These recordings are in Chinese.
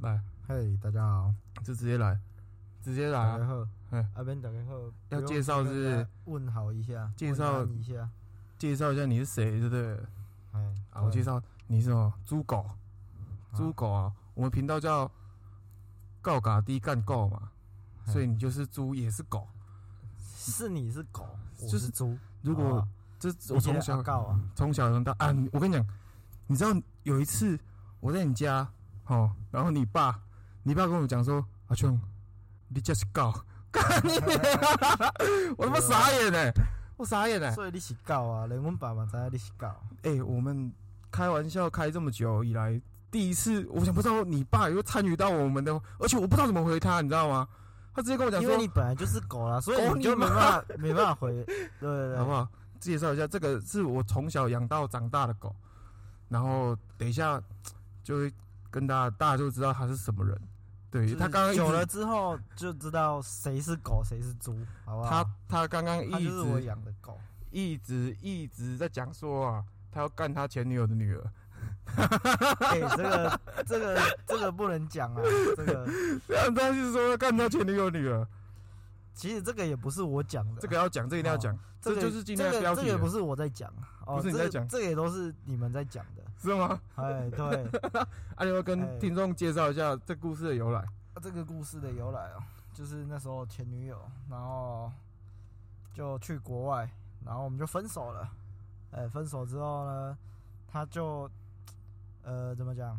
来，嘿，大家好，就直接来，直接来大家啊！好，哎，阿边大家好，要不用介绍是不是跟大家问好一下，介绍问安一下，介绍一下你是谁，对不对？哎，啊，我介绍你是什么？猪狗，猪狗啊！我们频道叫“告嘎低干够”嘛，嗯所以你就是猪，也是狗。是你是狗，我就是是猪，如好果吧这你啊我觉得从小阿告啊，从小长大啊，你我跟你讲，你知道有一次我在你家，哦，然后你爸，你爸跟我讲说，阿琼，你这是狗， 干你 娘！我他妈傻眼哎、我傻眼哎、所以你是狗啊，连阮爸嘛知影你是狗，哎、我们开玩笑开这么久以来，第一次，我想不知道你爸有参与到我们的，而且我不知道怎么回他，你知道吗？他直接跟我讲因为说你，本来就是狗啦，所以狗你就你没妈办法没办法回，对对对，好不好？介绍一下，这个是我从小养到长大的狗，然后等一下就会跟大家，大家就知道他是什么人。对就是他刚刚一直久了，之后就知道谁是狗谁是猪，好不好？他他刚刚它一就是我直养的狗，一直一直在讲说啊，他要干他前女友的女儿。 哎，这个这个这个不能讲啊，这个他是说要干他前女友的女儿，其实这个也不是我讲的，啊这个要讲，这个一定要讲，个这就是今天的这个标题这个也了不是我在讲，哦，不是你这个在讲这个也都是你们在讲 的。是吗？哎，对，阿牛哎啊跟听众介绍一下这故事的由来。这个故事的由来哦，就是那时候前女友，然后就去国外，然后我们就分手了。哎，分手之后呢，她就呃怎么讲，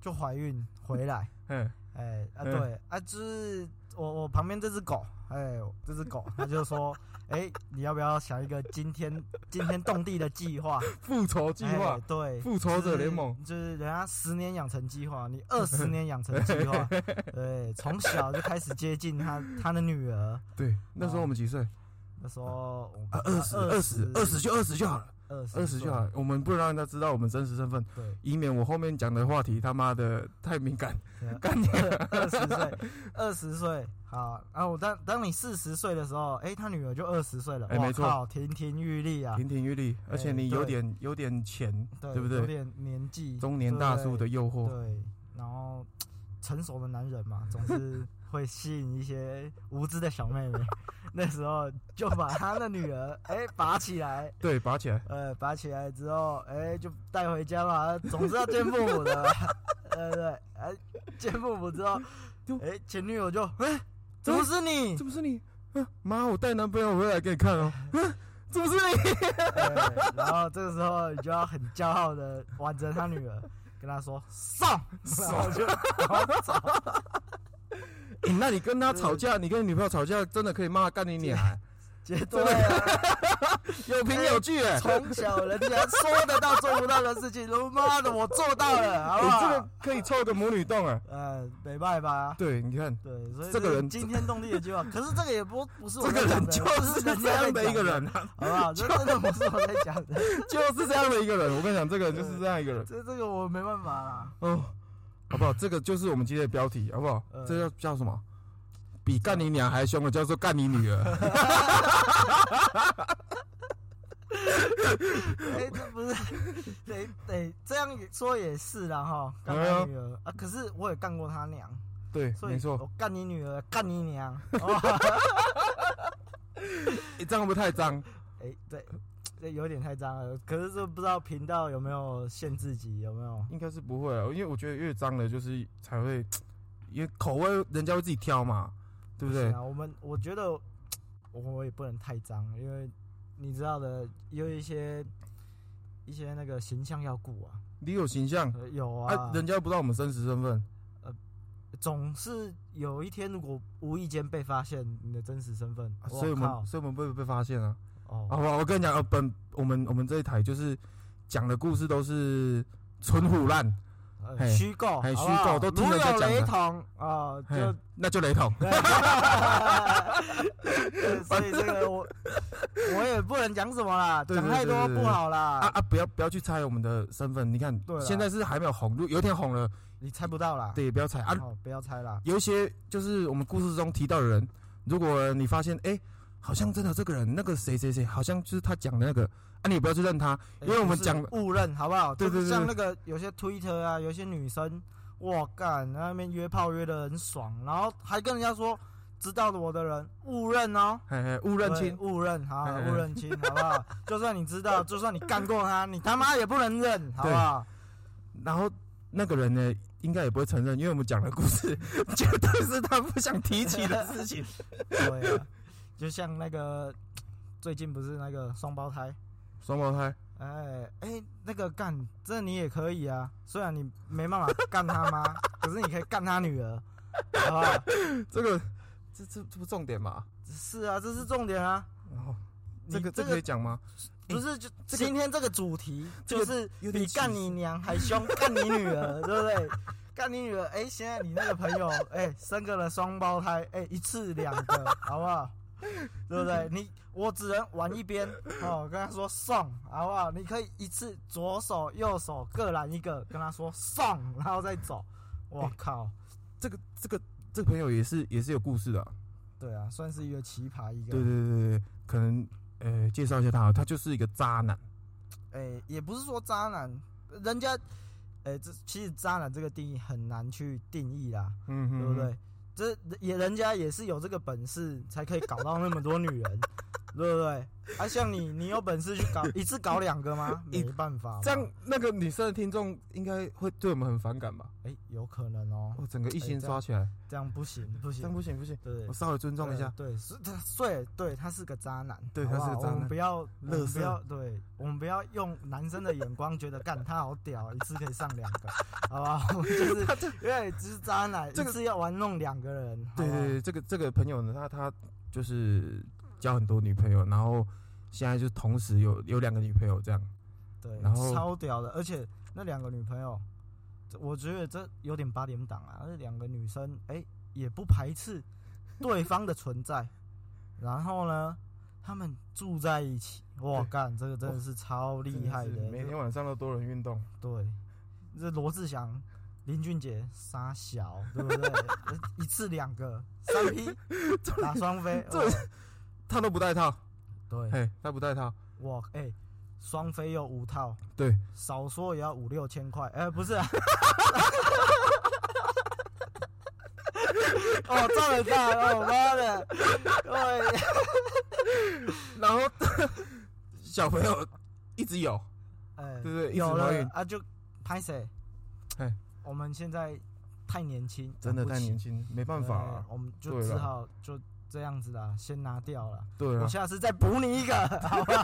就怀孕回来。 嗯，哎啊嗯对啊，就是我我旁边这只狗，哎这只狗，它就说， 哎你要不要想一个惊天惊天动地的计划？复仇计划哎，对，复仇者联盟就是就是人家十年养成计划，你二 十年养成计划，对，从小就开始接近他他的女儿。对，那时候我们几岁？那时候我啊，二十，啊二十，二十就二十就好了，二二十就好岁了。我们不能让人家知道我们真实身份，对，以免我后面讲的话题他妈的太敏感。干你啊二十岁，二十岁。好，然后我当当你四十岁的时候，哎，他女儿就二十岁了，哎哇没错靠，亭亭玉立啊，亭亭玉立，而且你有对点有点钱，对哎对不有对？点年纪，中年大叔的对诱惑，对，然后成熟的男人嘛，总是会吸引一些无知的小妹 妹。那时候就把他的女儿哎、拔起来，对，拔起来。呃，拔起来之后哎、就带回家嘛，总是要见父母的嘛， 对不对？哎、见父母之后，哎、前女友就哎、怎么是你这？不是你？啊妈，我带男朋友回来给你看哦。啊 这不是你？哎然后这个时候你就要很骄傲的挽着他女儿，跟他说上，然后就然后走。诶哎那你跟他吵架，你跟你女朋友吵架，真的可以骂她 干你脸，结对啊了。有凭有据 哎。从小人家说得到做不到的事情，他妈的我做到了，好不你好？哎这个可以凑个母女洞哎。呃，没办法，对，你看，对，所以这个人惊天动地的计划，啊可是这个也不不是我这个在讲人的，就这是是人这家在样的一个讲的，人啊，好不好？这真的不是我在讲的，就是这样的一个人。我跟你讲，这个人就是这样一个人。这这个我没办法啦。哦，好不好？这个就是我们今天的标题，好不好？嗯这叫叫什么？比干你娘还凶的叫做干你女儿。 哎，这不是，得得这样说也是啦哈，干哎他呦女儿啊，可是我也干过他娘，对，所以哦没错。我干你女儿，干你娘，哦诶这样会不会太脏？ 哎、对，这有点太脏了。可是这不知道频道有没有限制级，有没有？应该是不会啊，因为我觉得越脏了就是才会，因为口味人家会自己挑嘛，对不对行？啊，我们我觉得我我也不能太脏，因为你知道的，有一些一些那个形象要顾啊，你有形象呃有啊，啊，人家不知道我们真实身份，总是有一天如果无意间被发现你的真实身份，啊所以我靠们所以我们会被发现啊。哦，好不好？我跟你讲，呃，本我们我们这一台就是讲的故事都是纯胡乱，呃嘿虚构，嘿好不好虚构都听如人家有讲的雷同啊、嘿 就那就雷同。对所以这个我我也不能讲什么啦， 对对讲太多不好啦。啊啊！不要不要去猜我们的身份，你看对啊啦现在是还没有红，如果有一天红了，你猜不到啦。哦对，也不要猜啊。好，不要猜啦。有一些就是我们故事中提到的人，如果你发现哎、诶好像真的这个人，那个谁谁谁，好像就是他讲的那个啊，你也不要去认他，因为我们就是讲误认好不好？对对就是对像那个有些 Twitter 啊，有些女生我干，那边约炮约的很爽，然后还跟人家说知道的我的人误认哦，嘿嘿，误认对清，误认，好，哎哎误认清，好不好？就算你知道，就算你干过他，你他妈也不能认，好不好？然后那个人呢，应该也不会承认，因为我们讲的故事绝对是他不想提起 的事情。对啊，就像那个最近不是那个双胞胎，双胞胎，哎哎，那个干，这你也可以啊，虽然你没办法干他妈，可是你可以干他女儿，好不好？这个这这这不重点嘛？是啊，这是重点啊，然后你这个这这个可个以讲吗？不是就这个今天这个主题嗯这个就是有点比干歧视你娘还凶，干你女 儿，对不对？干你女儿，哎、现在你那个朋友，哎、生个了双胞胎，哎、一次两个，好不好？对不对？你我只能玩一边哦，跟他说送，好不好？你可以一次左手右手各拦一个，跟他说送，然后再走。我哎靠，这个这个这个朋友也是也是有故事的啊、对啊，算是一个奇葩一个。对对对对对，可能呃介绍一下他啊，他就是一个渣男。哎、也不是说渣男，人家，哎、这其实渣男这个定义很难去定义啦，嗯哼对不？对？这也人家也是有这个本事，才可以搞到那么多女人， 对不对？啊，像你，你有本事去搞一次搞两个吗？没一办法嘛，这样那个女生的听众应该会对我们很反感吧？哎、有可能哦，我整个一心哎这样刷起来，这样不行，不这行样，不行不行，对我，稍微尊重一下。对，是他，对，对，他是个渣男，对好不他是个好渣我们男不要，我们垃圾不要，对，我们不要用男生的眼光觉得干他好屌，一次可以上两个，好不好？ 我们就是因为这是渣男，这一个次要玩弄两个人，好对不好啊对对，这个这个朋友呢，他他就是交很多女朋友，然后现在就同时有有两个女朋友这样。对，然后超屌的，而且那两个女朋友，这我觉得这有点八点档啊。那两个女生，哎、也不排斥对方的存在，然后呢，他们住在一起，哇，对干，这个真的是超厉害真的是，每天晚上都多人运动。对，这罗志祥、林俊杰、沙小，对不对？ 一次两个，三 P 打双飞，这哇他都不戴套，对，嘿，他不戴套，哇，哎、双飞又五套，对，少说也要五六千块，哎、不是、啊。 哦，赚了大，哦妈的，对，然后 小朋友一直有，哎，对对一直有怀了孕啊，就拍谁？哎，我们现在太年轻，真的不太行年轻，没办法啊对。我们就对只啦好就这样子啦，先拿掉了。对我啊，下次再补你一个， 好吧？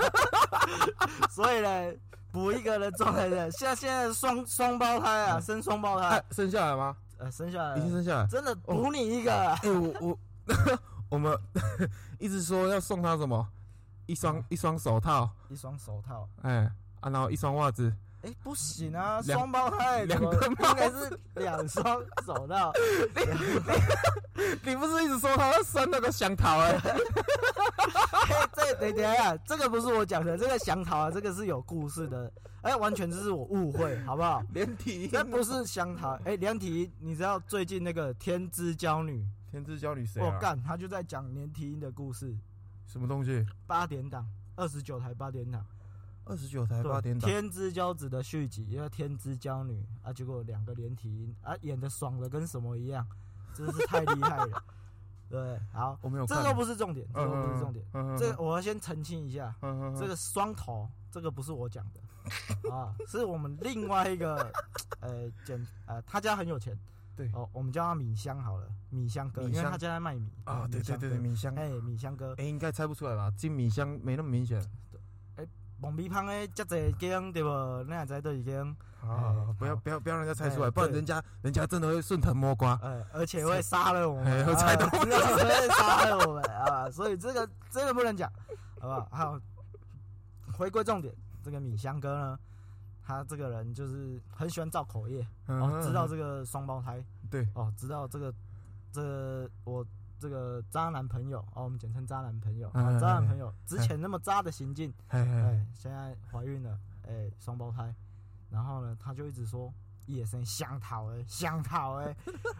所以呢，补一个的状态的，现在现在双双胞胎啊，嗯生双胞胎哎，，生下来吗？呃，生下来已经了生下来。真的补你一个，哎，我我 我们 一直说要送他什么，一双一双手套，一双手套。哎啊，然后一双袜子，哎，不行啊，两双胞胎两怎么个应该是两双 手套。 你不是一直说他要生那个香桃哎、嘿， 这等等一下，这个不是我讲的，这个想逃啊，这个是有故事的。哎，完全就是我误会，好不好？ 连体那不是香桃，嗯哎、梁体音，你知道最近那个天之娇女，天之娇女谁我啊？干、她就在讲连体音的故事，什么东西？八点档，二十九台八点档，二十九台对哎八点档，天之骄子的续集，因为天之娇女啊，结果两个连体音啊，演的爽的跟什么一样， 真是太厉害 了。对，好，我没有这看。都不是重点，这都不是重点，嗯。嗯这个我要先澄清一下，嗯这个双头，这个不是我讲的 啊，是我们另外一个， 呃，简呃，他家很有钱，对哦，我们叫他米香好了，米香哥，米因为香他家在卖米哦啊，对对对对，，米香米香哥，哎，米香哥，哎，应该猜不出来吧？金米香没那么明显蒙米胖诶，这侪间对不？那在对间，啊哎！不要好不要不要让人家猜出来，哎不然对人家人家真的会顺藤摸瓜。呃，而且会杀了我哎们，会啊猜到真的是 会杀了我们啊，所以这个真的不能讲，好不好？好，回归重点，这个米香哥呢，他这个人就是很喜欢造口业。嗯哦，知道这个双胞胎，对，哦，知道这个这个我这个渣男朋友，哦，我们简称渣男朋友，哎哦、哎渣男哎朋友之前那么渣的行径，哎哎哎，现在怀孕了，哎，双胞胎，然后呢，他就一直说野生香桃， 哎，香桃，哎，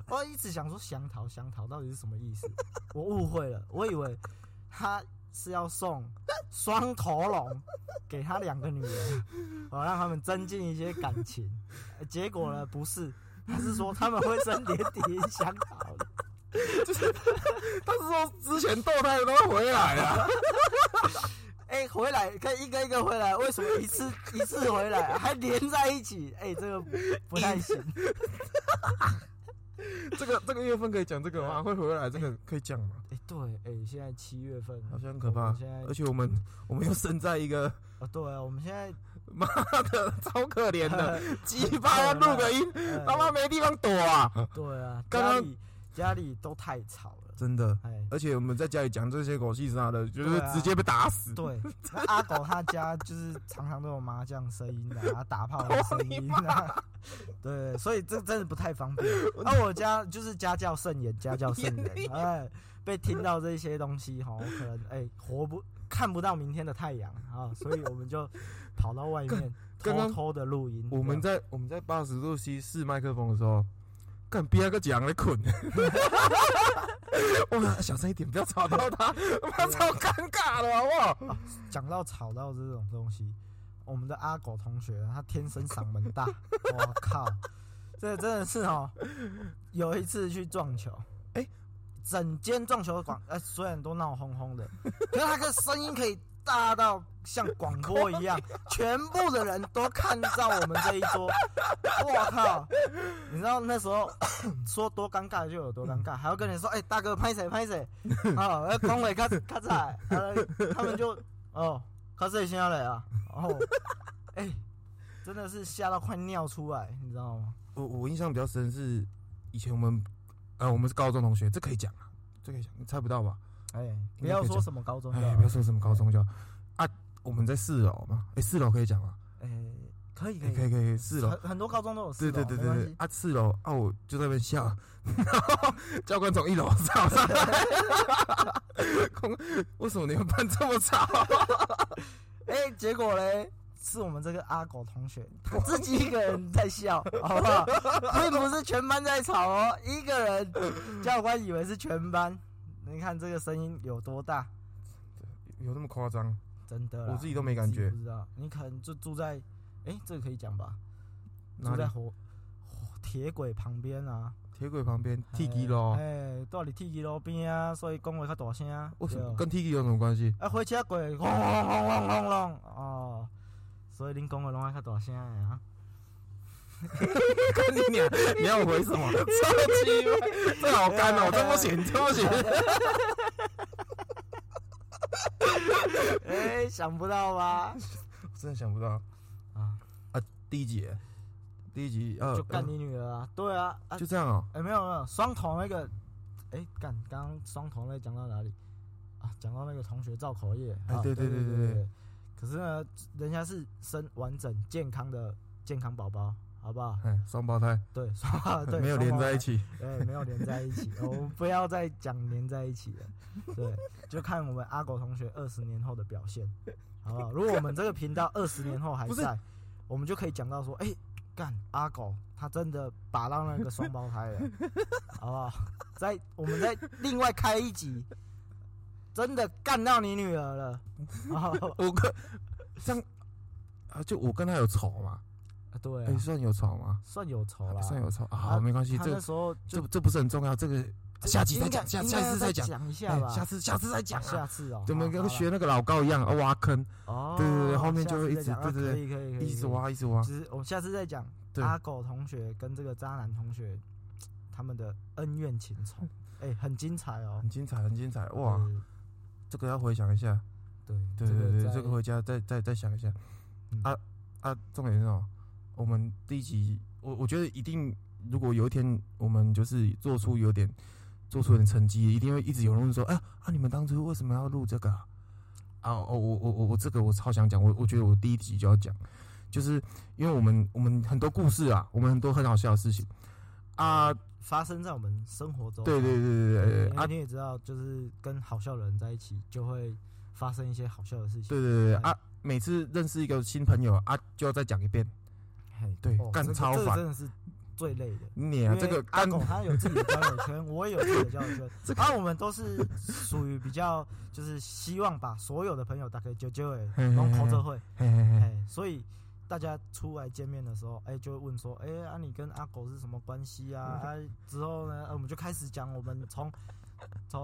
我一直想说香桃香桃到底是什么意思， 我误会了，我以为他是要送双头龙 给 他两个女人，哦，让他们增进一些感情，哎结果呢不是，他是说他们会生年底影响好的， 他是说之前堕胎的都会回来啊，哎、回来可以一个一个回来，为什么一次一次回来还连在一起？哎、这个不太行。这个这个月份可以讲这个吗？会回来这个可以讲吗？哎、对，哎、现在七月份，好像很可怕我们现在而且我们我们又生在一个 哦，对啊，我们现在妈的超可怜 的，鸡巴要录个音，呃他妈没地方躲啊！ 对啊，刚家刚里家里都太吵了，真的，哎、而且我们在家里讲这些狗屁啥的，就是对啊直接被打死。 对，那阿狗他家就是常常都有麻将声音的、啊，打炮的声 音啊，对，所以这真的不太方便。那我家就是家教甚严，家教甚 严，哎，被听到这些东西哈，我可能哎、活不看不到明天的太阳啊，所以我们就跑到外面刚偷刚偷的录音。我们在我们在八十度 C 试麦克风的时候，干别个讲来捆， 哇，小声一点，不要吵到 他，妈超尴尬的好不好？讲到吵到这种东西，我们的阿狗同学他天生嗓门大，我靠，这真的是哦。有一次去撞球，哎整间撞球馆，呃，虽然都闹哄哄的， 可是他的声音可以大到像广播一样，全部的人都看到我们这一桌。我靠！你知道那时候 说多尴尬就有多尴尬，还要跟人说：“哎、大哥，拍谁拍谁？”啊，呃恭维咔咔嚓，啊他们就哦，咔嚓一下来啊，然 后哎、真的是吓到快尿出来，你知道吗？我我印象比较深是以前我们，呃，我们是高中同学，这可以讲啊，这可以讲，你猜不到吧？哎、不要说什么高中的，啊哎，不要说什么高中就好啊，我们在四楼嘛，哎，四楼可以讲吗？哎、可以可哎可以，以可以，四楼很。很多高中都有四对楼，对对没对关对系，啊，四楼啊，我就在那边笑， 然后教官从一楼吵上来， 空为什么你们班这么吵？哎、结果嘞。是我们这个阿狗同学，他自己一个人 在笑，好不好？并不是全班在吵哦，一个人。教官以为是全班，你看这个声音有多大，有那么夸张？真的啦。我自己都没感觉自己不知道，你可能就住在，哎、这个可以讲吧？哪住里在？火火铁轨旁边啊，铁轨旁边，T G 咯哎、，欸，住伫铁轨路边啊，所以讲话较大声。啊为什么对跟 T G 有什么关系？ 啊，火车轨轰轰轰轰轰轰哦，所以恁讲话拢爱较大声的啊。跟你俩，你要我回什 么？超级歪，这好干哦，啊这不行，这不 行。哎、想不 到吧？真的想不到啊，第一集，第一集呃就，干你女儿啊！对啊，啊呃，就这样哦。哎、没有没有，双头那个，哎、干，刚刚双头那个讲到哪里？啊，讲到那个同学造口业。哎啊对对对对对对对。可是呢，人家是生完整健康的健康宝宝，好不好？哎，双胞胎对， 双对没有连在一，起，双胞 胎对，没有连在一起。我们不要再讲连在一起了，对，就看我们阿狗同学二十年后的表现，好不好？如果我们这个频道二十年后还不是在，我们就可以讲到说，哎、干阿狗他真的把到那个双胞胎了，好不好？再我们再另外开一集，真的干到你女儿了，好不好 我跟这样啊，就我跟他有仇嘛？对啊、哎，算有仇吗？算有仇啦。算有仇啊，好，没关系，他那这时候就这这不是很重要，这个下集再讲，下应下该次再讲，一下哎吧，下次下次再讲啊，下次哦，怎么好跟学那个老高一样啊挖坑，好啦哦，对对对后面下就次会一再直讲对对啊可对以可以可以，一直可以，挖一直挖，只是我们下次再讲对阿狗同学跟这个渣男同学他们的恩怨情仇，哎，很精彩哦，很精彩很精彩嗯哇！这个要回想一下，对对对对，在这个回家再再再想一下嗯。啊啊，重点是哦，我们第一集，我我觉得一定，如果有一天我们就是做出有点做出有点成绩，一定会一直有人问说，哎啊，你们当初为什么要录这个啊？啊哦，我我我我这个我超想讲，我我觉得我第一集就要讲，就是因为我们我们很多故事啊，我们很多很好笑的事情啊，发生在我们生活中，对对对对对对因啊为，你也知道，就是跟好笑的人在一起，就会发生一些好笑的事情，对对对对啊，每次认识一个新朋友啊，就要再讲一遍。嘿，对哦干这个超这个烦真的是最累的。你因啊，为这个阿干狗他有自己的交友 圈，我也有自己的交友圈，然后我们都是属于比较就是希望把所有的朋友大概就就会嘿嘿嘿拢口这会，嗯嘿嘿嘿，哎，所以大家出来见面的时候，哎、就会问说，哎、啊，你跟阿狗是什么关系啊？啊，之后呢，呃我们就开始讲，我们从从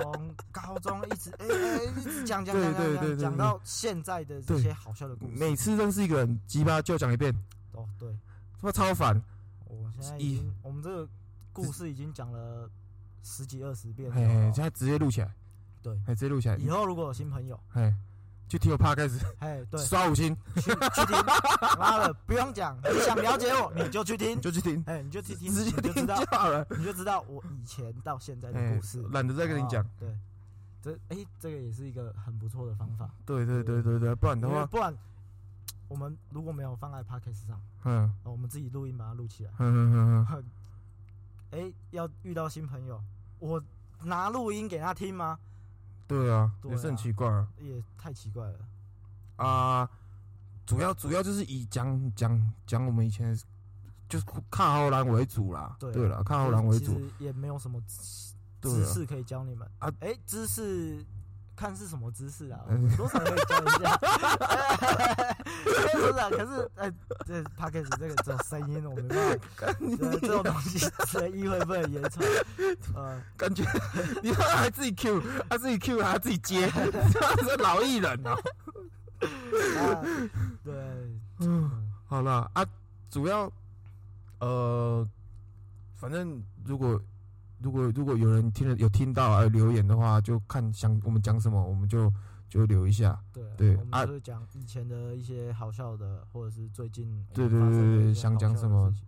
高中一直哎哎、一直讲讲对讲对讲对对讲讲到现在的这对些好笑的故事。嗯每次认识一个人，鸡巴就要讲一遍，哦，对，他妈超烦。我现在一已经，我们这个故事已经讲了十几二十遍嘿嘿，了现。在直接录起来，啊对嘿，直接录起来，以后如果有新朋友，嘿，去听我趴开始哎，对，刷五星，去去听，妈的，不用讲，你想了解我，你就去听你，就去听，哎，你就去听，直你接就知听道就，好了。你就知道我以前到现在的哎故事。，哦懒得再跟你讲好。不好。对，这哎，这个也是一个很不错的方法。对对对对对，不然的因为话，不然，我们如果没有放在 podcast 上，嗯呃我们自己录音把它录起来，嗯嗯嗯哎，要遇到新朋友，我拿录音给他听吗？嗯，对啊，对啊也是很奇怪啊。也太奇怪了。啊，主要主要就是以讲讲讲我们以前的就是看荷兰为主啦，对啊对啦，看荷兰为其主，实也没有什么对知啊，识可以教你们啊啊。哎，知识看是什么知识啊？ 嗯我多少可以教一下。 是啊，可是哎，这 p o d c a s t 这个只有声音，我没办法，呃这种东西只能意会不能言传。呃，感觉你他妈还自己 Q，他自己 Q 还要自己接，他是老艺人哦。那啊对，嗯好啦，啊，主要呃，反正如果如果如果有人听了有听到啊留言的话，就看想我们讲什么，我们就就留一下。对啊对我啊们就是讲以前的一些好笑的，或者是最近我对对们发生的对对一些想好讲笑什的么事情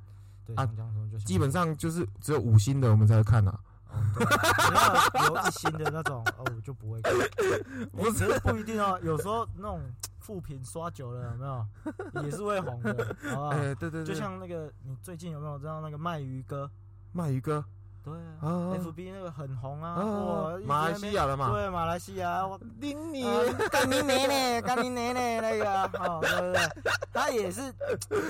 对，啊想讲什么就想基本上就是只有五星的我们才会看啊，哦对没有有一星的那 种，哦，我就不会看。不是可是不一定哦，有时候那种负评刷久了，有没有也是会红 的，好不好？哎，对对对，啊就像那个你最近有没有知道那个卖鱼哥？卖鱼哥对啊啊，FB 那个很红啊，啊哇，，马来西亚的嘛，对马来西亚，我顶 你啊干你奶奶，干你奶奶那个啊，哦，对不对？他也是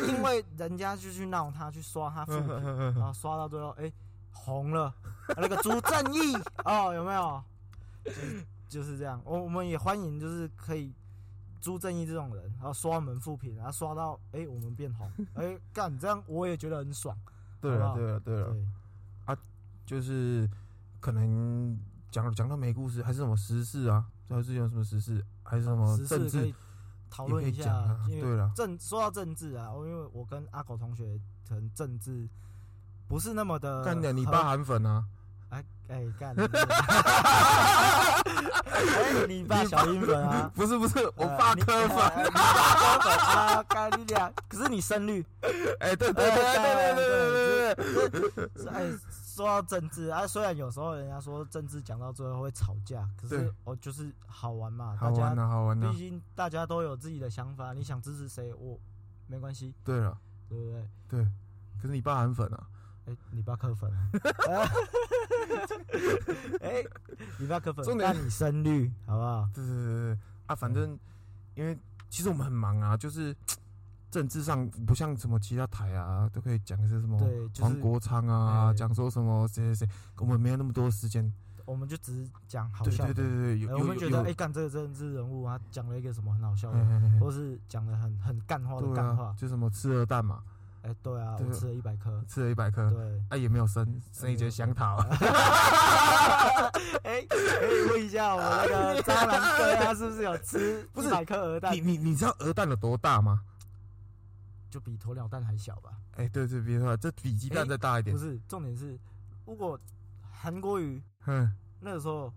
因为人家就去闹他，去刷他负评，嗯然后刷到最后，哎、红了， 啊那个朱正义 哦，有没有？就是就是这样，我我们也欢迎，就是可以朱正义这种人，然后刷我们负评，然后刷到哎、我们变 红，哎、干这样我也觉得很爽， 对好不了好对了对啊对了，就是可能讲讲到没故事，还是什么时事啊，还是有什么时事，还是什么时政事治可也以讨可论一以下讲啊，，因为对了，政说到政治啊，我因为我跟阿狗同学可能政治不是那么的干你你合爸韩粉啊，哎哎干你！ 哎，你爸小英粉啊？不是不是，我呃爸你科 粉，哎你爸科粉啊！干你俩！可是你深绿， 哎，对对对对对对对对，是哎，说到政治啊，虽然有时候人家说政治讲到最后会吵架，可是对哦，就是好玩嘛，好大玩家啊好玩啊毕，竟大家都有自己的想法，你想支持谁，我没关系，对了对不对？对，可是你爸韩粉啊，哎，你爸磕粉， 哎，你爸磕粉，重点哦那你深绿好不好？对对对对对啊，嗯反正因为其实我们很忙啊，就是。政治上不像什么其他台啊，都可以讲一些什么对，就黄是国昌啊，哎讲说什么谁谁谁，我们没有那么多时间。我们就只是讲好对笑对的，对对，有哎有我们有觉有得哎，干这个政治人物啊，讲了一个什么很好笑嘿的，嘿嘿或是讲的很很干话的对干啊话，，就什么吃鹅蛋嘛，哎，对啊，对我吃了一百颗，吃了一百颗，对。 啊也没有生，生一节香桃， 哎，可以问一下我那个渣男哥，他是不是有吃 不是一百颗鹅 蛋你？你你知道鹅蛋有多大吗？就比鸵鸟蛋还小吧？哎，对对，别说了，这比鸡蛋再大一点哎不，是，重点是，如果韩国瑜哼那个时候嗯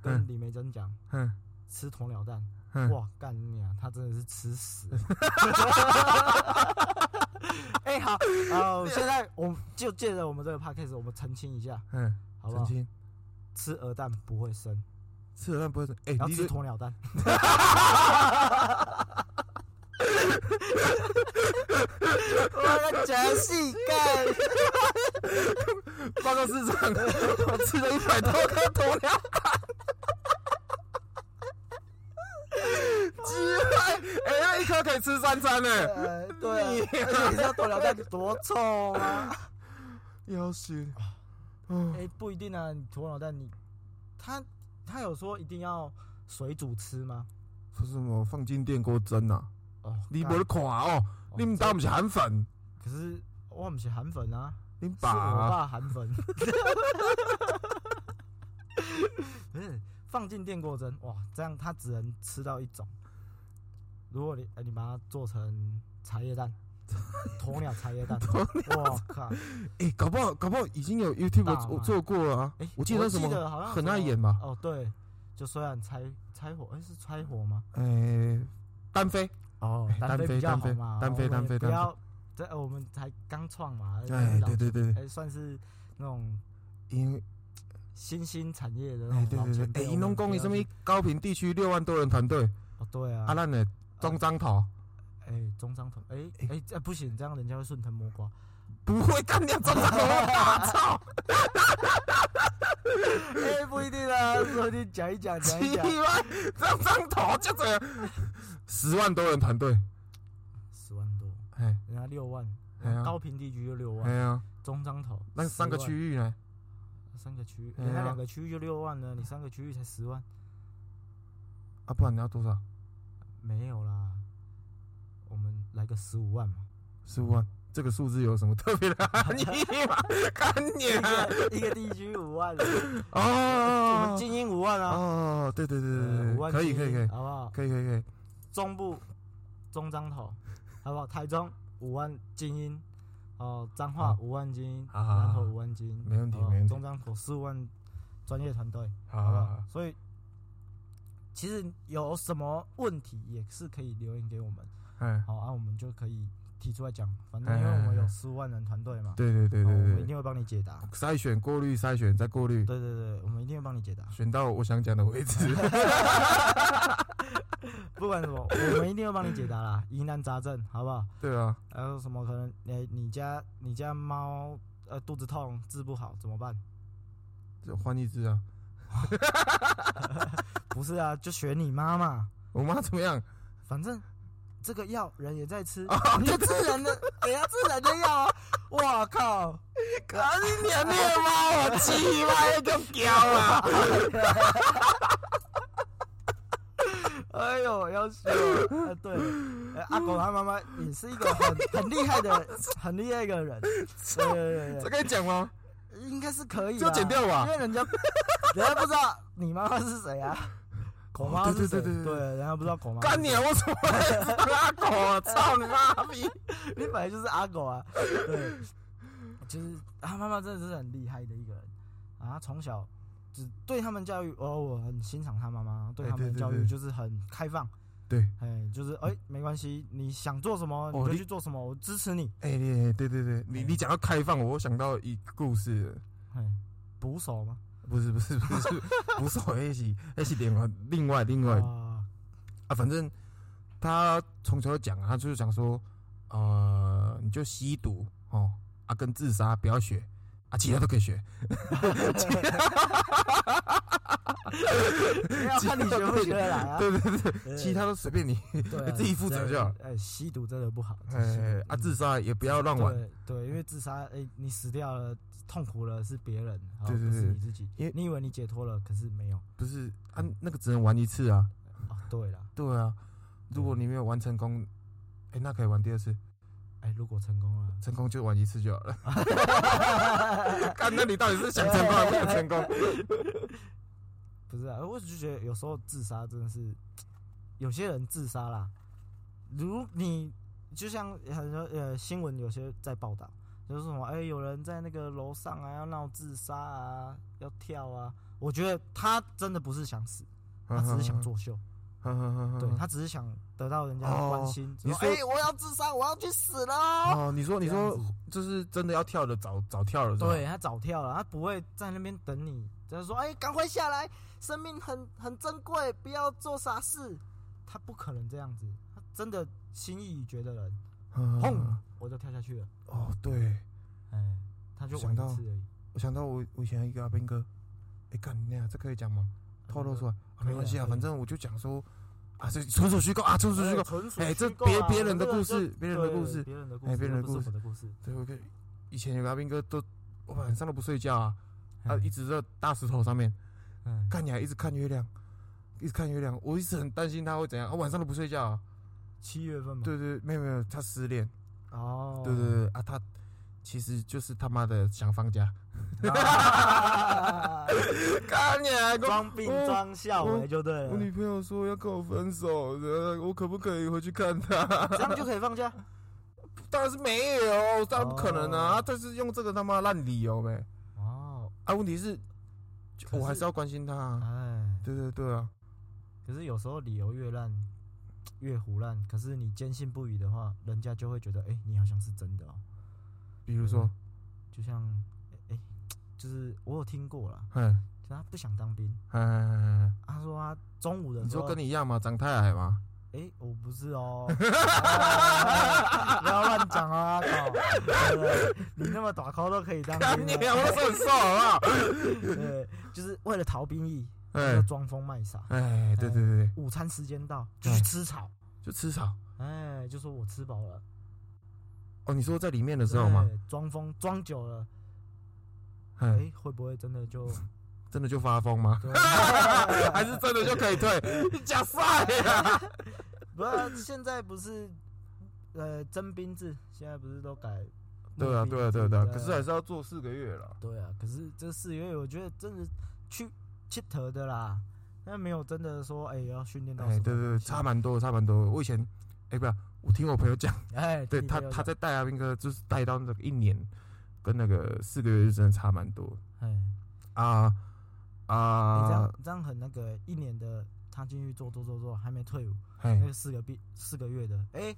跟李梅珍讲哼吃鸵鸟蛋，哼，哇，干你啊！他真的是吃屎。 哎、好，呃，现在我们就借着我们这个 podcast，我们澄清一下，嗯，好不澄好？清，吃鹅蛋不会生，吃鹅蛋不会生，哎，然后你吃这鸵鸟 蛋。我的绝性干，报告市长，我 吃了一百多颗鸵鸟蛋。 鸡蛋，哎，那一颗可以吃三餐呢。呃，对啊，而且你知道鸵鸟蛋多臭吗？ 要死！哦哎、不一定啊，你鸵鸟蛋你，他他有说一定要水煮吃吗？说什么放进电锅蒸啊？哦，你干不是垮哦，你们爸不是韩粉，可是我不是韩粉啊，你是我爸爸韩粉。 不是放进电锅蒸，哇，这样它只能吃到一种。如果你、呃你把它做成茶叶蛋， 鸵鸟茶叶蛋，我靠！哎、搞不好搞不好已经有 YouTube 大做卖做过了啊。哎，我记得那什记得好么像很有什么爱演吧？哦，对，就虽然拆拆火，哎、是拆火吗？哎、单飞，哦哎单单飞飞比较单好飞嘛，哦单飞我们单也飞不单飞要，这呃我们才刚创嘛，哎、老对对对对，哎算是那种因为新兴产业的哎、那种对老对前辈对，哎、欸，我们农不工你要什么去高平地区六万多人团队，哦对啊啊，，咱的中彰头哎中商统，哎哎哎这不行，这样人家会顺藤摸瓜，不会干掉中彰头，我 打操，哎不一定啊，说不定讲一讲讲一奇讲， 怪，中彰头就这样，十万多人团队，十万多，哎、人家六万，哎呀高平地区就六哎万，呀、中商头那三个10万区域呢？三个区域，哎人家呀两个区域就六万了，你三个区域才十万，啊，不然你要多少？没有啦，我们来个十五万嘛。十五万，啊这个数字有什么 特别的含义吗？ 干你一啊！个 一个地区五万，我们哦，精英五万啊，哦，对对对呃对五万对，可以可以精英可以好不好？可以可以可以，中部中彰 头，好不好？台中五万精英，哦，彰化好五万精英，好好好南投五万精英，没问题好不好没问题中彰头四万专业团队，哦好好不好好好？所以其实有什么问题也是可以留言给我们，哎，好啊，我们就可以提出来讲。反正哎因为我们哎有哎十五万人团队嘛，对对对好我对们一对对，定会帮你解答。筛选过滤筛选再过滤，对对对，我们一定会帮你解答。选到我想讲的为 止。不管什么，我们一定会帮你解答啦，疑难杂症，好不好？对啊，还有什么可能？你、你家你家猫呃肚子痛治不好怎么办？就换一只啊。不是啊，就学你妈嘛，我妈怎么样？反正这个药人也在吃，哦你就自然的，人家自然的药啊！哇靠！干你娘你的妈！我鸡巴就屌啊！哎呦，要死了！啊、对了，哎阿狗他妈妈也是一个很很厉害的、很厉害 一个人，对对 这对对可以讲吗？对，应该是可以啦，就剪掉吧因 为人家人家不知道你妈妈是谁啊，狗妈是谁？哦哦对对对对对人家不知道狗妈是 谁。干你娘！我怎么会是拉狗啊？操你妈逼！你本来就是阿狗啊，对，就是他妈妈真的是很厉害的一个人啊，她从小只对他们教育，哦，我很欣赏他妈妈对哎他们对的对教育对就是很开放，对，哎，就是哎没关系，你想做什么你哦就你去做什么，我支持你，哎、你哎对对对，你哎你讲到开放，我想到一个故事了，哎，捕手吗？不是不是不是不是 我一起一起点另外另外啊，啊，反正他从小讲啊，他就是讲说，呃，你就吸毒哦啊，跟自杀不要学啊，其他都可以学，要看你学不学得来 啊，对对对，对其他都随便你，对啊自己负责就好。呃，吸毒真的不好，哎、啊，自杀也不要乱玩，对对，因为自杀，哎、你死掉了，痛苦了是别人，好对对不是对你自己因为。你以为你解脱了，可是没有。不是啊，那个只能玩一次啊，哦，对了，对啊，如果你没有玩成功，哎、那可以玩第二次，哎、如果成功了，成功就玩一次就好了。 看，那你到底是想成功还是不想成功？不是啊，我只是觉得有时候自杀真的是，有些人自杀啦，如你就像很多呃新闻有些在报道，就是什么哎、有人在那个楼上啊要闹自杀啊，要跳啊，我觉得他真的不是想死， 他只是想 作秀。嗯哼哼哼哼对他只是想得到人家的关心，嗯哦你说说哎、我要自杀，我要去死了。哦，你说你这样说子就是真的要跳的早早跳了，是吧 对，他早跳了，他不会在那边等你，就是说哎，赶、快下来，生命很很珍贵，不要做傻事。他不可能这样子，他真的心意已决的人，嗯砰，我就跳下去了。哦，对，哎、他就想玩到一次而已，我想到我我以前一个阿兵哥，哎干你娘，这可以讲吗？透露出来啊可以啊没关系啊，可以反正我就讲说啊，这纯属虚构啊，纯属虚构哎，纯属哎这虚构啊别别人的故事这个就别人的故事对别人的故哎事，别人的这故不事是我的故事。对，我跟以前有个阿兵哥都我晚上都不睡觉啊，他哎一直在大石头上面嗯看起来一直看月亮，一直看月亮，我一直很担心他会怎样，啊晚上都不睡觉啊，七月份嘛。对对，没有没有，他失恋，哦，对对对啊，他其实就是他妈的想放假，啊 干你啊！我装病装笑哎，就对我了，女 朋友说要跟我分手，呃我可不可以回去看她？这样就可以放假。当然是没有，当然不可能啊！哦但是用这个他妈烂理由呗。哦，啊，问题是，就可是我还是要关心她啊。哎，对对对啊，可是有时候理由越烂越胡乱，可是你坚信不疑的话，人家就会觉得，哎、你好像是真的哦。比如说，就像，哎、哎就是我有听过啦，哎就他不想当兵，哎哎哎，他说他中午的你时候，说跟你一样吗？长太矮吗？哎、我不是 哦，哦不要乱讲啊，靠，对不对你那么打 call 都可以当 干你兵啊！了，我都是很瘦，好不好？对，就是为了逃兵役，就哎装疯卖傻。哎，对对对对，午餐时间到嗯就去吃草，就吃草。哎，就说我吃饱了，哦，你说在里面的时候吗？对？装疯装久了，哎、哎，会不会真的就？真的就发疯吗？ 对还是真的就可以退？ 你假赛啊呀！不是，现在不是呃征兵制，现在不是都改募兵制？对啊，对啊，对啊，对啊，对可是还是要做四个月了。对啊，可是这四个月我觉得真的去切头的啦，那没有真的说哎、要训练到什哎，么对对对，东西差蛮多，差蛮多。我以前，哎，不要，我听我朋友讲，哎，对你他有他在带阿兵哥，就是带到那个一年，跟那个四个月就真的差蛮多哎，啊你这啊样！你这样很那个一年的他进去做做做做还没退伍，哎那，个四个币四个月的，哎、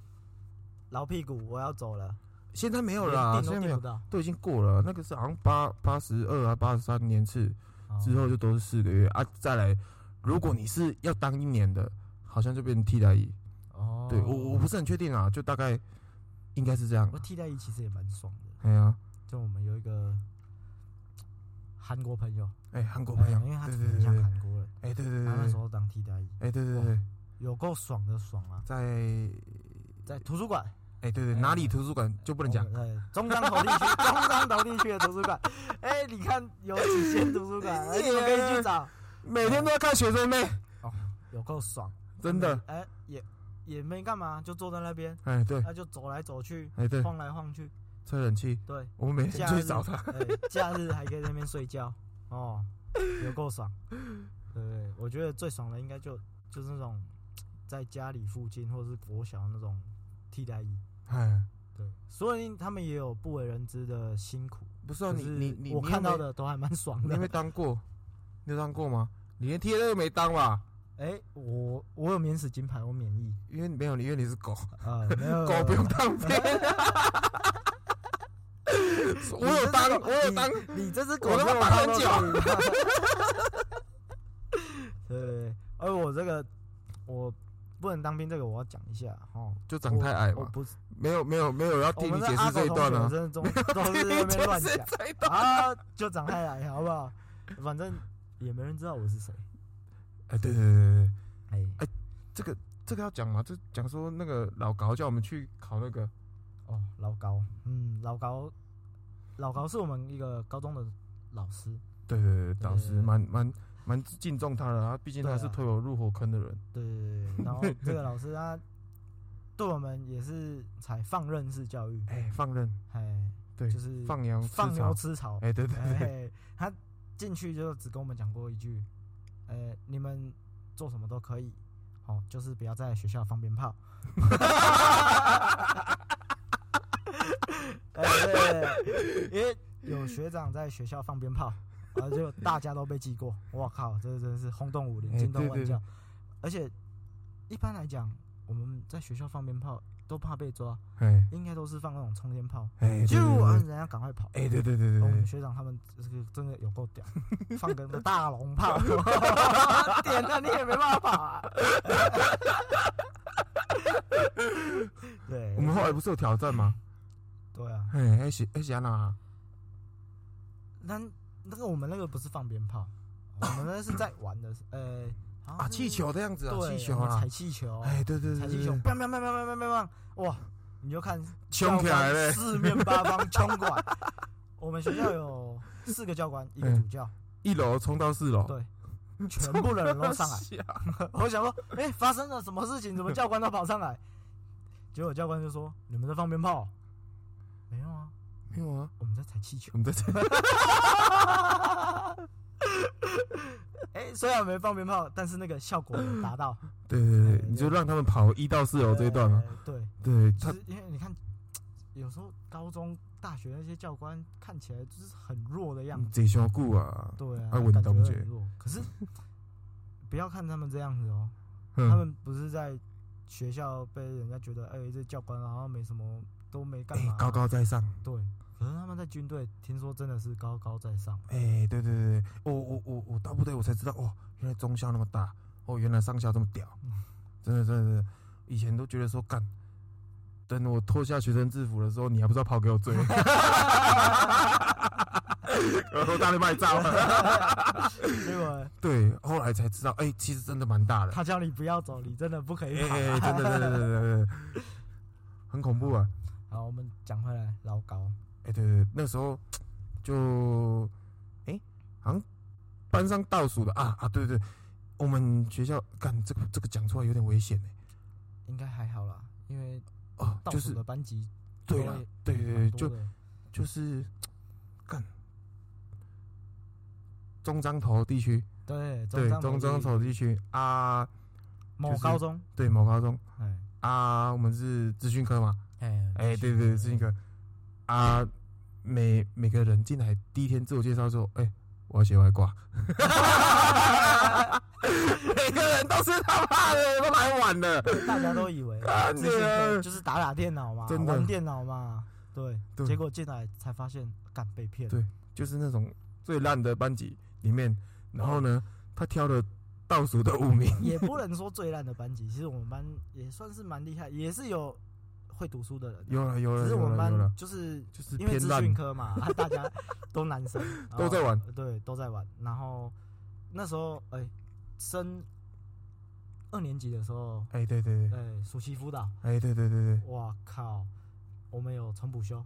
老屁股我要走了，现在没有连啦，订现在都没订有不，到，都已经过了。那个是好像八八十二啊，八十三年次哦之后就都是四个月啊。再来，如果你是要当一年的，好像就变成替代役。哦，对我我不是很确定啊，就大概应该是这样我。替代役其实也蛮爽的，哎呀，就我们有一个韩国朋友，哎，韩国朋友哎因为，他对长对得对像对，韩国人，哎对对对他那时对，候哦当替代役，哎对对对，有够爽的爽啊，在在图书馆哎对对哎哦哪里图书馆就不能讲。对，中彰投地区， 中彰投地区的图书馆，哎、你看有几间图 书馆，而且我可以去找，每天都要看学生妹，有够爽，真的。哎、也也没干嘛，就坐在那边，啊哎，对，那、就走来走去，哎对，晃来晃去，吹冷气，对， 我们每天哦假就去日找他。哎，假日还可以在那边睡觉，哦，有够爽，对不对？我觉得最爽的应该就就是那种在家里附近或者是国小那种替代役，哎，对，所以他们也有不为人知的辛苦，不是啊，你可是你你，我你看又没到，的都还蛮爽你有的没有。当过？你有当过吗？你连 T A 都没当吧？哎、我我有免死金牌，我免疫，因为你没有，因为你是狗，啊，没有狗不用当兵。 我有当，我有当，，你你这只狗我他妈给当很久到这里对对 对，而我这个我不能当兵，这个我要讲一下哦。就长太矮我哎嘛，不是，没有没有没有要我替你们的解阿释狗这一同段学啊，真的中都是 在那边乱解释讲这一段。啊，就长太矮好不好？反正也没人知道我是谁。哎，对对对对对，哎，这个这个要讲嘛，这讲说那个老高叫我们去考那个，哦，老高，嗯，老高，老高是我们一个高中的老师，对对对，老师对蛮蛮蛮敬重他的，他毕竟他对啊是推我入火坑的人。对对对，然后这个老师他 对我们也是采放任式教育，哎，放任，哎，对，就是放羊吃放草牛吃草，哎，对对对，哎，他进去就只跟我们讲过一句，呃，你们做什么都可以，好，就是不要在学校放鞭炮。 哎，对对对因为有学长在学校放鞭炮，然后就大家都被记过。我靠，这真的是轰动武林，哎惊动对万对教。而且一般来讲，我们在学校放鞭炮都怕被抓，哎应该都是放那种冲天炮，哎，就对让人家赶快跑。对对哎，对对对对我们对，学长他们这个真的有够屌，放个那大龙炮，点了你也没办法、啊。对，我们后来不是有挑战吗？对啊，哎，哎是哎是安娜，那那个我们那个不是放鞭炮，我们那是在玩的，呃，好像啊是气，球的样子啊，对，气球我们啊踩，气球，哎对对踩对气对球，对，砰砰砰砰砰砰砰，哇，你就看冲起来教官嘞，四面八方冲过来。我们学校有四个教官，一个嗯主教，一楼冲到四楼，对全部的人都上来。 来，我想说，哎、发生了什么事情？怎么教官都跑上来？结果教官就说：“你们在放鞭炮？”没有啊，没有啊，我们在踩气球 我。们在这。哎、虽然没放鞭炮，但是那个效果有达到。对对对对，你就让他们跑一到四楼这一段嘛。呃哎对，对就他，是因为你看，有时候高中、大学那些教官看起来就是很弱的样子，这小顾啊，对啊，啊我感觉懂很姐弱。可是不要看他们这样子哦，他嗯，们不是在学校被人家觉得，哎、这教官好像没什么，都没干哎嘛、，啊高高在上。对。可是他们在军队，听说真的是高高 在上。哎，对对对，对我我我我到部队我才知道，哦，原来中校那么大，哦，原来上校这么屌，真的真的真的，以前都觉得说干，等我脱下学生制服的时候，你还不知道跑给我追， 我说大力卖照。结果对，后来才知道，哎，其实真的蛮大的，他叫你不要走，你真的不可以哎跑。哎，真的真的真的真的，很恐怖啊。好，我们讲回来，老高，哎、对对，对那时候就哎、好像班上倒数的啊啊，对对，我们学校干这个这个讲出来有点危险哎、应该还好啦，因为哦，倒就数是的班级对了，对对对，蛮多就的就是干中彰头地区，对对彰中彰投头地区啊，某就是高中，对某高中哎啊，我们是资讯科嘛，哎哎、对对对，资讯科啊，每每个人进来第一天自我介绍之后，哎、我要写外挂。 每个人都是他妈的都来晚了。大家都以为 啊资讯科你啊就是打打电脑嘛，真的玩电脑嘛，对，对结果进来才发现，干被骗，对就是那种最烂的班级里面，然后呢，他挑了倒数的五名。也不能说最烂的班级，其实我们班也算是蛮厉害，也是有会读书的人，有了有只了是我有们了有了班，就是就是因为偏资烂，讯科嘛，啊大家都男生 都在玩然后，对，都在玩。然后那时候，哎、升二年级的时候，哎，对对哎、对，暑期辅导，哎对对对对，哇靠，我们有重补修，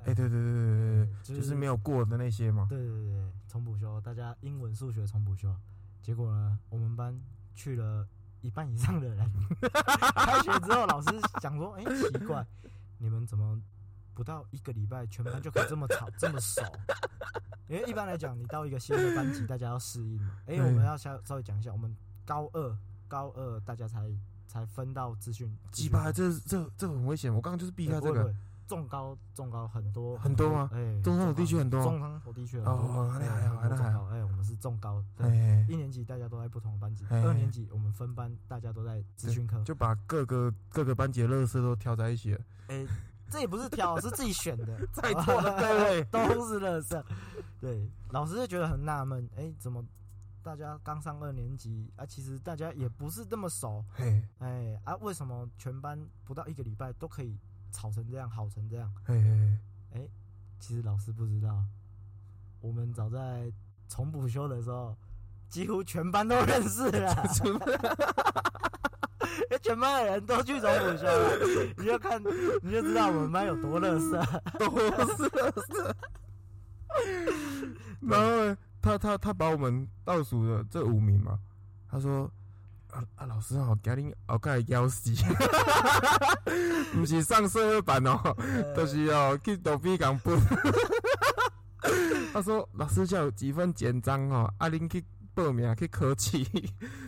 哎对对对对对就对，就是没有过的那些嘛。对对对对，重补修，大家英文、数学重补修。结果呢，我们班去了一半以上 的人。开学之后，老师想说：“哎、奇怪，你们怎么不到一个礼拜，全班就可以这 么吵、这么熟？”因为一般来讲，你到一个新的班级，大家要适应嘛。哎、我们要稍稍微讲一下，我们高二，高二大家才才分到资讯，鸡巴，这这这很危险，我刚刚就是避开哎这。不会不个。会重高重高很多很多吗哎、啊中山有地区很多吗中山有地区很多。哦，那还好，哎那还好。重高哎、我们是重高，对，哎，一年级大家都在不同的班级，哎二年级我们分班，大家都在资讯科，就把各个各个班级的乐色都挑在一起了。哎、这也不是挑，是自己选的， 在座的各位 都是乐色，对，老师就觉得很纳闷，哎、怎么大家刚上二年级啊，其实大家也不是这么熟， 嘿，哎、啊，为什么全班不到一个礼拜都可以吵成这样，好成这样？嘿嘿， 其实老师不知道，我们早在重补修的时候，几乎全班都认 识了。全班的人都去重补 修了，你就看你就知道我们班有多乐色。都是垃圾。然后呢他他他把我们倒数的这五名嘛，他说啊啊老师好，家庭熬盖腰死， 不是上社会版哦，都是哦去躲避港本。 他说老师叫有几份简章哦，阿、啊、玲去报名去考试。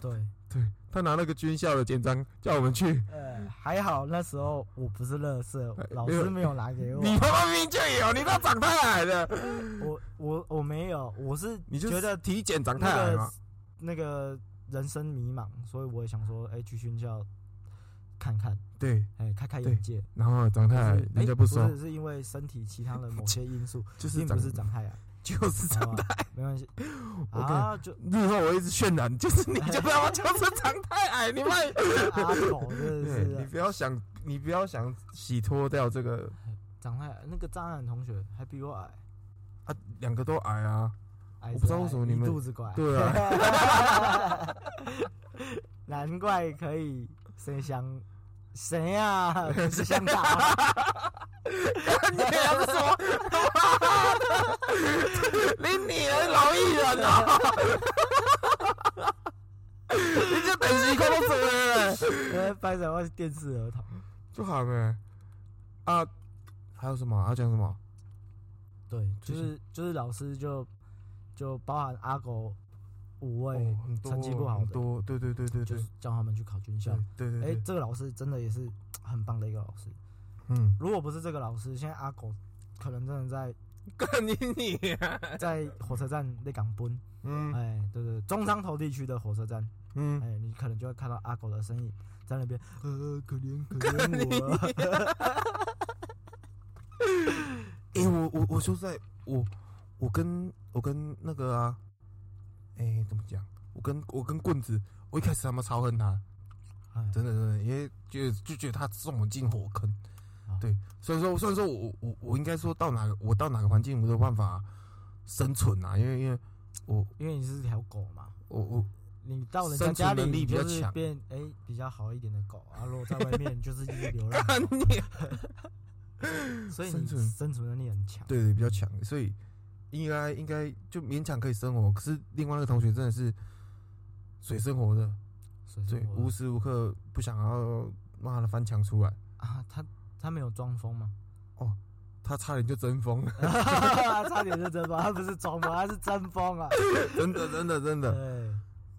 对，对他拿那个军校的简章叫我们去，呃，还好那时候我不是乐色哎，老师没有拿给我，你他妈明明就有，你都长太矮了，我我我没有，我是你就觉得体检长太那矮个嘛。那个人生迷茫，所以我也想说，哎，去军校看看，对，哎，开开对眼界。然后长太可矮是，嗯人哎家不收，是是因为身体其他的某些因素，就是并长不是长太矮，就是好长。吧没 关系。我跟啊，就日后我一直渲染， 就是你就他妈就是长太 矮，你妈！啊阿狗 真的对你是啊不要想，你不要想洗脱掉这个长太矮。那个张翰同学还比我矮，啊，两个都矮 啊，矮我不知道为什么着矮你们一肚子怪。 对啊， 难怪可以生香，谁呀、 不是香港，你啊要说， 你你的老艺人 啊！你这等级工作了，呃，拍手我是电视儿童。就好呗。啊，还有什么？还要啊讲什么？对，就就是是就是老师就就包含阿狗五位、哦，很多成绩不好很的多，对对对对就对是，叫他们去考军校。对对哎、对，这个老师真的也是很棒的一个老师。嗯，如果不是这个老师，现在阿狗可能真的 在干你你啊，在火车站那港奔，嗯哎、对对对，中山头地区的火车站，嗯哎、，你可能就会看到阿狗的身影在 那边，呃，可怜可怜我啊，哎、我我我说实在，我我跟我跟那个啊，哎、怎么讲？我跟我跟棍子，我一开始他妈超恨他， 哎真的真的，因为就就觉得他送我进火坑。啊对，虽然说虽然说我我我应该说到哪个我到哪个环境我都有办法生存啊，因为因为我因为你是条狗嘛，我我你到人家生存家里能力你比较就是强变哎、比较好一点的狗啊，如果在外面就是一只流浪 干狗，你，啊所以生你存生存能力很强。对对比较强，所以应该应该就勉强可以生活。可是另外那个同学真的是水生活的，所以对，我无时无刻不想要妈的翻墙出来，啊，他他没有装疯 吗？ 他差点就真疯了，差点就真疯，他不是装疯，他是真疯啊！真的真的真对的，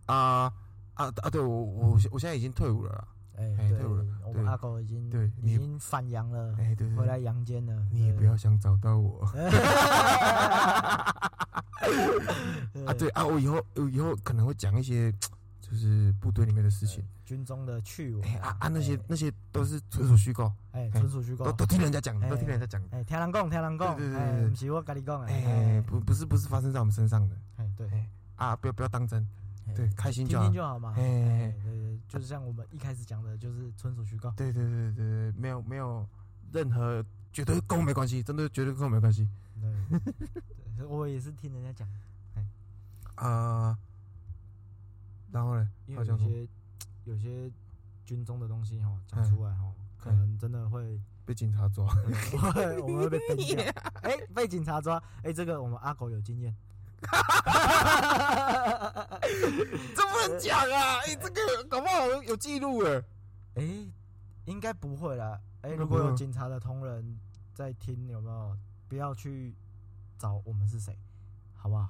啊啊啊！对我我我现在已经退伍了啦，哎哎对对我我对们阿狗已经对已你经返阳了，哎对对回对，来阳间了。你也对不要想找到我啊！对对啊，我以后我以后可能会讲一些就是部队里面的事情，军中的趣闻哎啊啊那些那些都是纯属虚构，哎纯属虚构都。都听人家讲的，哎都听人家讲的，哎，听人讲，听人讲，对对对哎，对不是我跟你讲的，哎哎，不不是不是发生在我们身上的哎，对，啊，不要不要当真，哎对，开心就听好听，就好嘛，哎哎，哎哎对对，对就是像我们一开始讲的，就是纯属虚构，对对对对对，没有没有任何，绝对跟我没关系，真的绝对跟我没关系。对， 对我也是听人家讲，啊、然后呢？因好为有像些有些军中的东西哈，讲嗯出来哈，可嗯能真的会，被警察抓， 我会 我们会被崩掉。啊哎、被警察抓，哎、这个我们阿狗 有经验。 哎、这不呃能讲啊！哎、这个搞不好有记录哎。应该不会啦。哎、应该如不会果吗有警察的同仁在听，有没有不要去找我们是谁，好不好？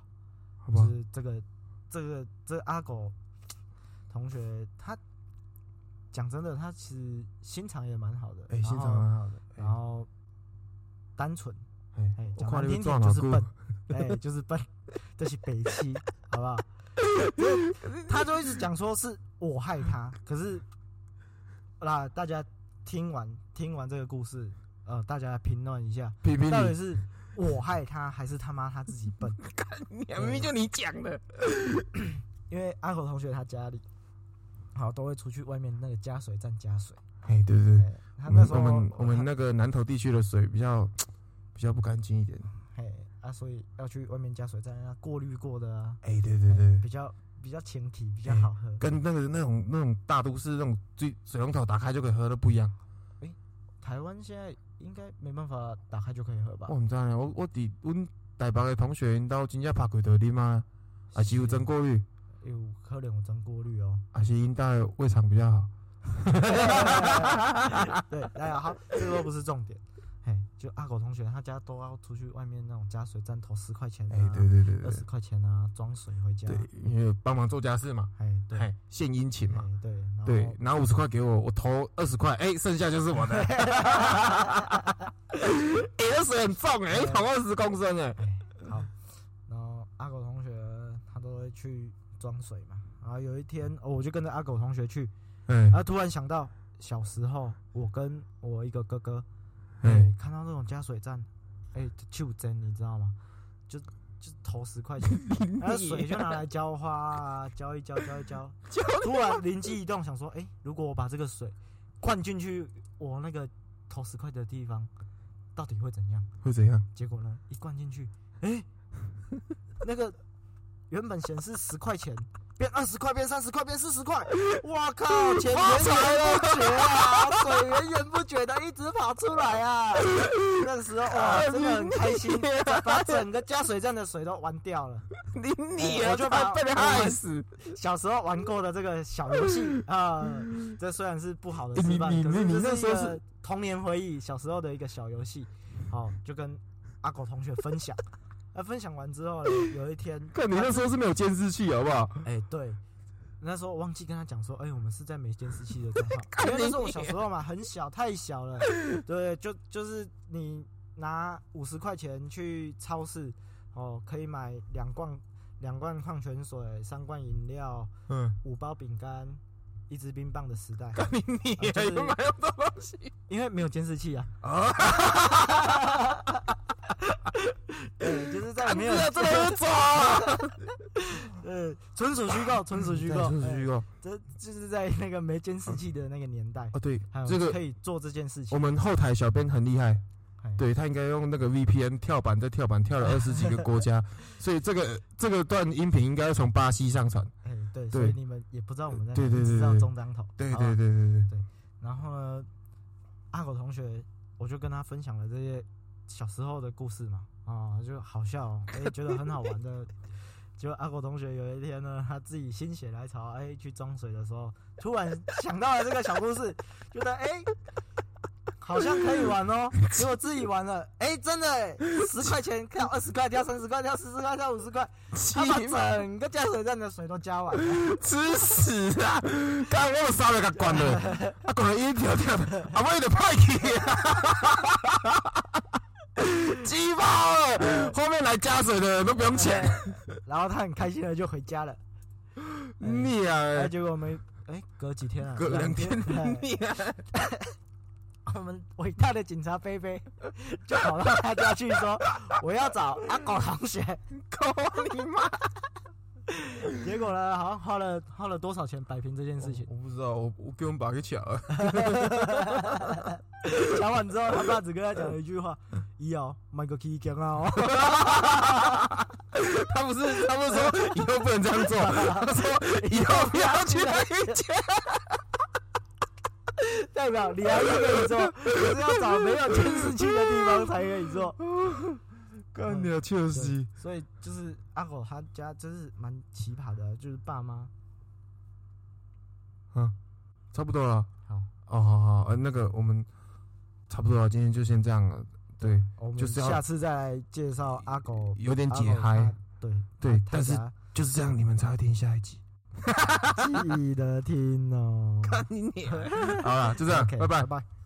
好不就好？是这个这个这个阿狗同学，他讲真的，他其实心肠也蛮好的。哎、然现场后蛮好的。然后单纯，哎、哎、我讲看难你听被抓哪点就是个笨？，哎、就是笨，这是北七，好不好？他就一直讲说是我害他，可是，那大家听完听完这个故事，呃，大家评论一下，批评到底你，是我害他，还是他呃妈他自己笨？你明明就你讲的。因为阿口同学他家里，好都会出去外面那个加水站加水，哎、对对哎、对，他我那们时候我们我们他那个南投地区的水比较比较不干净一点。哎啊，所以要去外面加水站，要过滤过的啊。哎、对对对，比较比较清体，比较好喝。哎跟那个那种那种大都市那种水水龙头打开就可以喝的不一样。台湾现在应该没办法打开就可以喝吧我？唔知呢，我我伫阮台北的同学因兜真正拍过道理吗？还是有是真过滤，有可能有蒸过滤 哦。还是因兜的胃肠比较好？对，哎呀，好，这个都不是重点。嘿，就阿狗同学他家都要出去外面那种加水站投十块钱、啊，哎、对对对二对十块钱啊，装水回家。对，因为帮忙做家事嘛，哎，对，哎哎，献殷勤嘛，对，然后对，拿五十块给我，我投二十块，哎，剩下就是我的。 哎，那水很重哎，一桶二十公升哎。哎，好，然后阿狗同学他都会去装水嘛，然后有一天、哦、我就跟着阿狗同学去，哎然后突然想到小时候我跟我一个哥哥，哎、哎，看到那种加水站，哎、就真你知道吗？就就投十块钱，然后水就拿来浇花啊，浇一浇，浇一浇。突然灵机一动，想说，哎、如果我把这个水灌进去我那个投十块的地方，到底会怎样？会怎样？结果 呢，一灌进去，哎、那个原本显示十块钱，变二十块，变三十块，变四十块，哇靠，钱源源不绝啊， 水源源不绝的一直跑出来啊！那个时候哇，真的很开心，把整个加水站的水都玩掉了。 你你啊我就把被被害死。小时候玩过的这个小游戏啊，这虽然是不好的示范，你你可是你这那时候一个是童年回忆，小时候的一个小游戏，好，就跟阿狗同学分享。那分享完之后呢，有 一天，看你那时候是没有监视器，好不好？哎、对，那时候我忘记跟他讲说，哎、我们是在没监视器的账号，干因为那你时候我小时候嘛，很小，太小了。对，就就是你拿五十块钱去超市，哦，可以买两罐两罐矿泉水，三罐饮料，嗯，五包饼干，一支冰棒的时代，看你哎你啊就是有买到东西因为没有监视器啊。啊？ 对，就是在看没啊这有 个真的会走啊？呃，纯属虚构，纯属虚构，对哎虚构这就是在那个没监视器的那个年代，哦，对还，有这可个以做这件事情我。们后台小编很厉害，哎对他应该用那个 VPN 跳板再跳板跳 了二十几个国家，所以这个这个段音频应该要从巴西上传。哎、对，对所以你们也不知道我们在哪，对对对只知道对中张头。对好吧啊对对对对，然后呢，阿狗同学，我就跟他分享了这些小时候的故事嘛，啊、就好笑、哦，哎、觉得很好玩的。就阿狗同学有一天呢，他自己心血来潮，哎、去装水的时候，突然想到了这个小故事，觉得哎、好像可以玩哦。结果自己玩了，哎、真的、哎十块钱跳二十块，跳三十块，跳四十块，跳五十块，他把气嘛整个加水站的水都加完了。吃屎啊！刚刚我杀了个管了，啊管了一条条的，啊我有点派气啊！鸡巴了，后面来加水的人都不用钱，然后他很开心的就回家了。你哎、啊，结果我们哎、隔几天啊，隔两天哎你啊，我们伟大的警察菲菲就跑到他家去说，我要找阿狗同学。狗你妈！结果呢，好像花了花了多少钱摆平这件事情。我不知道，我我给我们爸给抢了，哦讲完之后，他爸只跟他讲了一句话：“嗯以后买个 K 枪啊哦。他不是他们说以后不能这样做，他说以后不要去那一家，” 代表你还是可以做，可是要找没有监视器的地方才可以做。干你啊，确对实，所以就是阿狗他家真是蛮奇葩的，就是爸妈差不多了。好。哦，好好，呃，那个我们差不多了，今天就先这样了。对，我们就是要下次再来介绍阿狗有点阿狗解他嗨，，对对他但是他就是这样，你们才会听下一 集。家记得听哦。哦好了，就这样 OK，，拜拜拜。拜。